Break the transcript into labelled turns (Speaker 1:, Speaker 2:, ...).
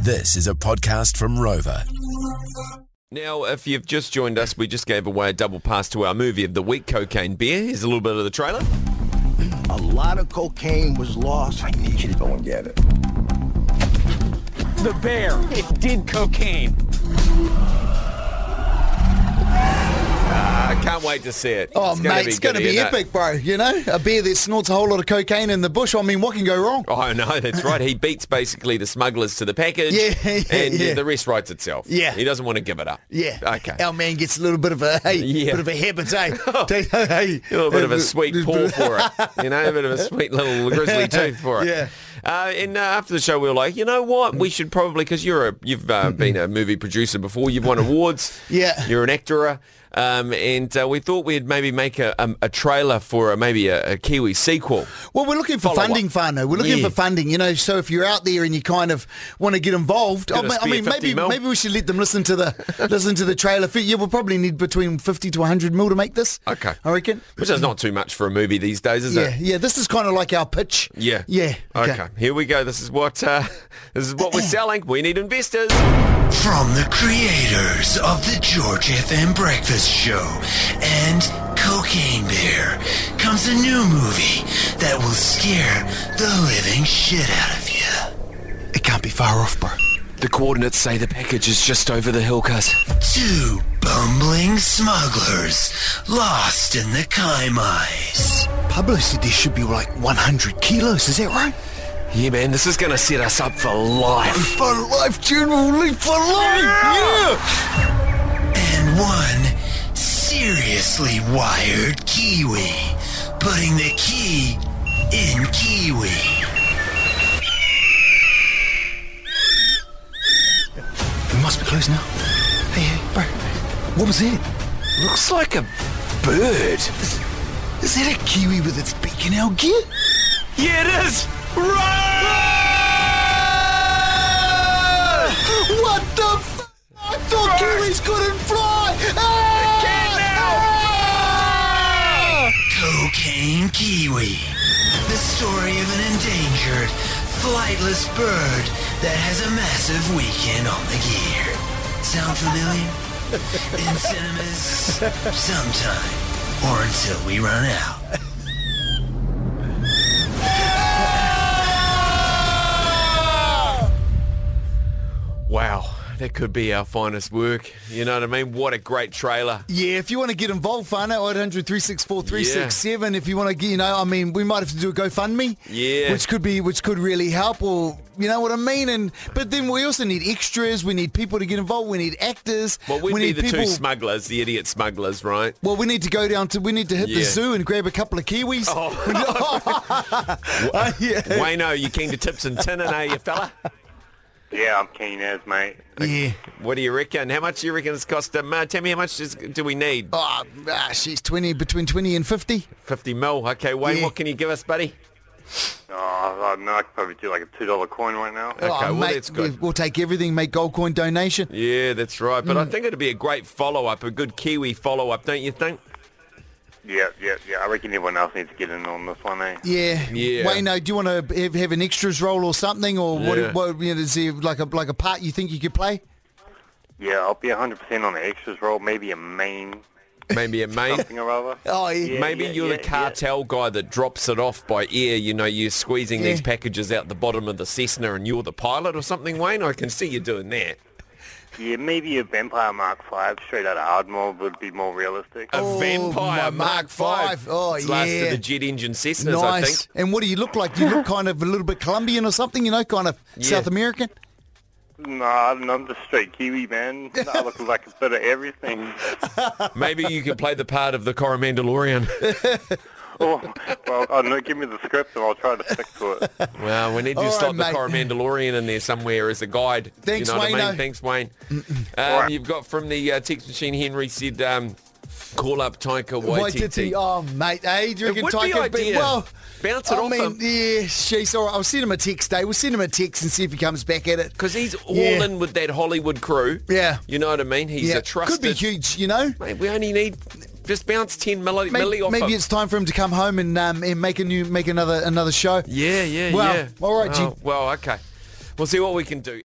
Speaker 1: This is a podcast from Rover.
Speaker 2: Now, if you've just joined us, we just gave away a double pass to our movie of the week, Cocaine Beer. Here's a little bit of the trailer.
Speaker 3: A lot of cocaine was lost. I need you to go and get it.
Speaker 4: The bear, it did cocaine.
Speaker 2: I Ah, can't wait to see it.
Speaker 5: Oh,
Speaker 2: gonna
Speaker 5: mate, it's going to
Speaker 2: good,
Speaker 5: be
Speaker 2: isn't it?
Speaker 5: epic, bro. You know, a beer that snorts a whole lot of cocaine in the bush. I mean, what can go wrong?
Speaker 2: Oh no, that's right. He beats basically the smugglers to the package,
Speaker 5: Yeah, yeah,
Speaker 2: and
Speaker 5: yeah.
Speaker 2: the rest writes itself.
Speaker 5: Yeah.
Speaker 2: he doesn't want to give it up.
Speaker 5: Yeah.
Speaker 2: okay.
Speaker 5: Our man gets a little bit of a hey,
Speaker 2: Yeah.
Speaker 5: bit of a habit, eh?
Speaker 2: A little bit of a sweet paw for it, you know, a bit of a sweet little grizzly tooth for it.
Speaker 5: Yeah.
Speaker 2: Uh, and uh, after the show, we were like, you know what, we should probably because you're a you've uh, been a movie producer before, you've won awards,
Speaker 5: Yeah.
Speaker 2: you're an actor, um, and uh, we thought we'd maybe make a, um, a, a trailer for a, maybe a, a Kiwi sequel.
Speaker 5: Well, we're looking for
Speaker 2: Follow
Speaker 5: funding,
Speaker 2: up.
Speaker 5: Fano. We're looking
Speaker 2: Yeah.
Speaker 5: for funding, you know. So if you're out there and you kind of want to get involved, I
Speaker 2: a
Speaker 5: mean, I
Speaker 2: spare
Speaker 5: mean,
Speaker 2: 50
Speaker 5: maybe
Speaker 2: mil.
Speaker 5: maybe we should let them listen to the listen to the trailer. Yeah, we'll probably need between fifty to hundred mil to make this.
Speaker 2: Okay.
Speaker 5: I reckon.
Speaker 2: Which is not too much for a movie these days, is
Speaker 5: Yeah,
Speaker 2: it?
Speaker 5: yeah. This is kind of like our pitch.
Speaker 2: Yeah.
Speaker 5: Yeah.
Speaker 2: Okay. Here we go. This is what uh, this is what we're selling. We need investors.
Speaker 6: From the creators of the George FM Breakfast Show and Cocaine Bear comes a new movie that will scare the living shit out of you.
Speaker 5: It can't be far off, bro.
Speaker 7: The coordinates say the package is just over the hill, cuz.
Speaker 6: Two bumbling smugglers lost in the Kaimais.
Speaker 5: Pablo said there should be like 100 kilos. Is that right?
Speaker 7: Yeah, man, this is gonna set us up for life.
Speaker 5: For life, General Lee, for life. Yeah.
Speaker 6: And one seriously wired Kiwi, putting the key in Kiwi.
Speaker 7: We must be close now. Hey, hey, bro. What was it? Looks like a bird.
Speaker 5: Is that a kiwi with its beak in our gear?
Speaker 7: Yeah, it is! Run!
Speaker 5: What the? F- I thought kiwis couldn't fly. Ah!
Speaker 6: Cocaine Kiwi. The story of an endangered, flightless bird that has a massive weekend on the gear. Sound familiar? In cinemas sometime or until we run out.
Speaker 2: Wow. That could be our finest work. You know what I mean? What a great trailer.
Speaker 5: Yeah, if you want to get involved, find out 800 364 367. If you want to get, you know, I mean, we might have to do a GoFundMe.
Speaker 2: Yeah.
Speaker 5: Which could be, which could really help or, you know what I mean? And, but then we also need extras. We need people to get involved. We need actors.
Speaker 2: Well, we'd
Speaker 5: we
Speaker 2: be
Speaker 5: need
Speaker 2: the two
Speaker 5: people-
Speaker 2: smugglers, the idiot smugglers, right?
Speaker 5: Well, we need to go down to, we need to hit the
Speaker 2: Yeah.
Speaker 5: zoo and grab a couple of kiwis.
Speaker 2: Oh.
Speaker 5: Uh, yeah.
Speaker 2: Wayno, you keen to tips and tin and eh, you fella?
Speaker 8: Yeah, I'm keen as, mate.
Speaker 5: Yeah.
Speaker 2: What do you reckon? How much do you reckon it's cost him? Uh, Tammy, how much is, do we need?
Speaker 5: Oh, ah, she's 20, between 20 and 50.
Speaker 2: 50 mil. Okay, Wayne,
Speaker 5: Yeah.
Speaker 2: what can you give us, buddy?
Speaker 8: Oh, I don't know. I could probably do like a two dollar coin right now.
Speaker 2: Okay,
Speaker 5: oh,
Speaker 2: well,
Speaker 5: mate,
Speaker 2: that's good.
Speaker 5: we- We'll take everything, make gold coin donation.
Speaker 2: Yeah, that's right. But I
Speaker 5: Mm.
Speaker 2: think it'd be a great follow-up, a good Kiwi follow-up, don't you think?
Speaker 8: Yeah, yeah, yeah. I reckon everyone else needs to get in on this one, eh?
Speaker 5: Yeah.
Speaker 2: Yeah.
Speaker 5: Wayno, do you want to have, have an extras role or something, or
Speaker 2: Yeah.
Speaker 5: what? what you know, is there like a like a part you think you could play?
Speaker 8: Yeah, I'll be 100% on the extras role. Maybe a main
Speaker 2: Maybe a mate.
Speaker 8: something or other.
Speaker 5: Oh, yeah.
Speaker 2: Maybe
Speaker 8: yeah,
Speaker 2: you're
Speaker 8: yeah,
Speaker 2: the
Speaker 8: yeah.
Speaker 2: cartel guy that drops it off by ear. You know, you're squeezing these
Speaker 5: Yeah.
Speaker 2: packages out the bottom of the Cessna and you're the pilot or something, Wayne. I can see you doing that.
Speaker 8: Yeah, maybe a Vampire Mark Five straight out of Ardmore would be more realistic.
Speaker 2: A
Speaker 5: Oh,
Speaker 2: vampire
Speaker 5: my
Speaker 2: Mark
Speaker 5: Mark
Speaker 2: Five.
Speaker 5: V. Oh,
Speaker 2: it's last of
Speaker 5: yeah.
Speaker 2: the jet engine Cessnas, I think.
Speaker 5: Nice. And what do you look like? Do you look kind of a little bit Colombian or something? You know, kind of
Speaker 2: Yeah.
Speaker 5: South American.
Speaker 8: No, I'm just straight Kiwi, man. I look like a bit of everything.
Speaker 2: Maybe you could play the part of the Coromandalorian.
Speaker 8: Oh, well, I don't know. Give me the script and I'll try to stick to it.
Speaker 2: well, we need you
Speaker 5: All
Speaker 2: to
Speaker 5: right,
Speaker 2: slot the
Speaker 5: mate.
Speaker 2: Coromandalorian in there somewhere as a guide.
Speaker 5: Thanks,
Speaker 2: you know What I mean?
Speaker 5: Wayno.
Speaker 2: Thanks, Wayne. Um,
Speaker 8: right.
Speaker 2: You've got from the uh, text machine, Henry said, um, call up Taika Waititi.
Speaker 5: Oh, mate. Hey, do you
Speaker 2: It
Speaker 5: reckon
Speaker 2: would be
Speaker 5: Tycho- but-
Speaker 2: ideal.
Speaker 5: Well,
Speaker 2: Bounce it
Speaker 5: I
Speaker 2: off
Speaker 5: mean,
Speaker 2: him.
Speaker 5: yeah, she's all right. I'll send him a text, eh? We'll send him a text and see if he comes back at it.
Speaker 2: Because he's all
Speaker 5: Yeah.
Speaker 2: in with that Hollywood crew.
Speaker 5: Yeah.
Speaker 2: You know what I mean? He's a
Speaker 5: Could
Speaker 2: trusted...
Speaker 5: be huge, you know?
Speaker 2: Mate, we only need... Just bounce 10 milli,
Speaker 5: Maybe,
Speaker 2: milli off
Speaker 5: maybe
Speaker 2: him.
Speaker 5: it's time for him to come home and um, and make a new make another another show.
Speaker 2: Yeah, yeah,
Speaker 5: Wow.
Speaker 2: yeah.
Speaker 5: All right,
Speaker 2: Wow.
Speaker 5: Gene.
Speaker 2: Well, okay. We'll see what we can do.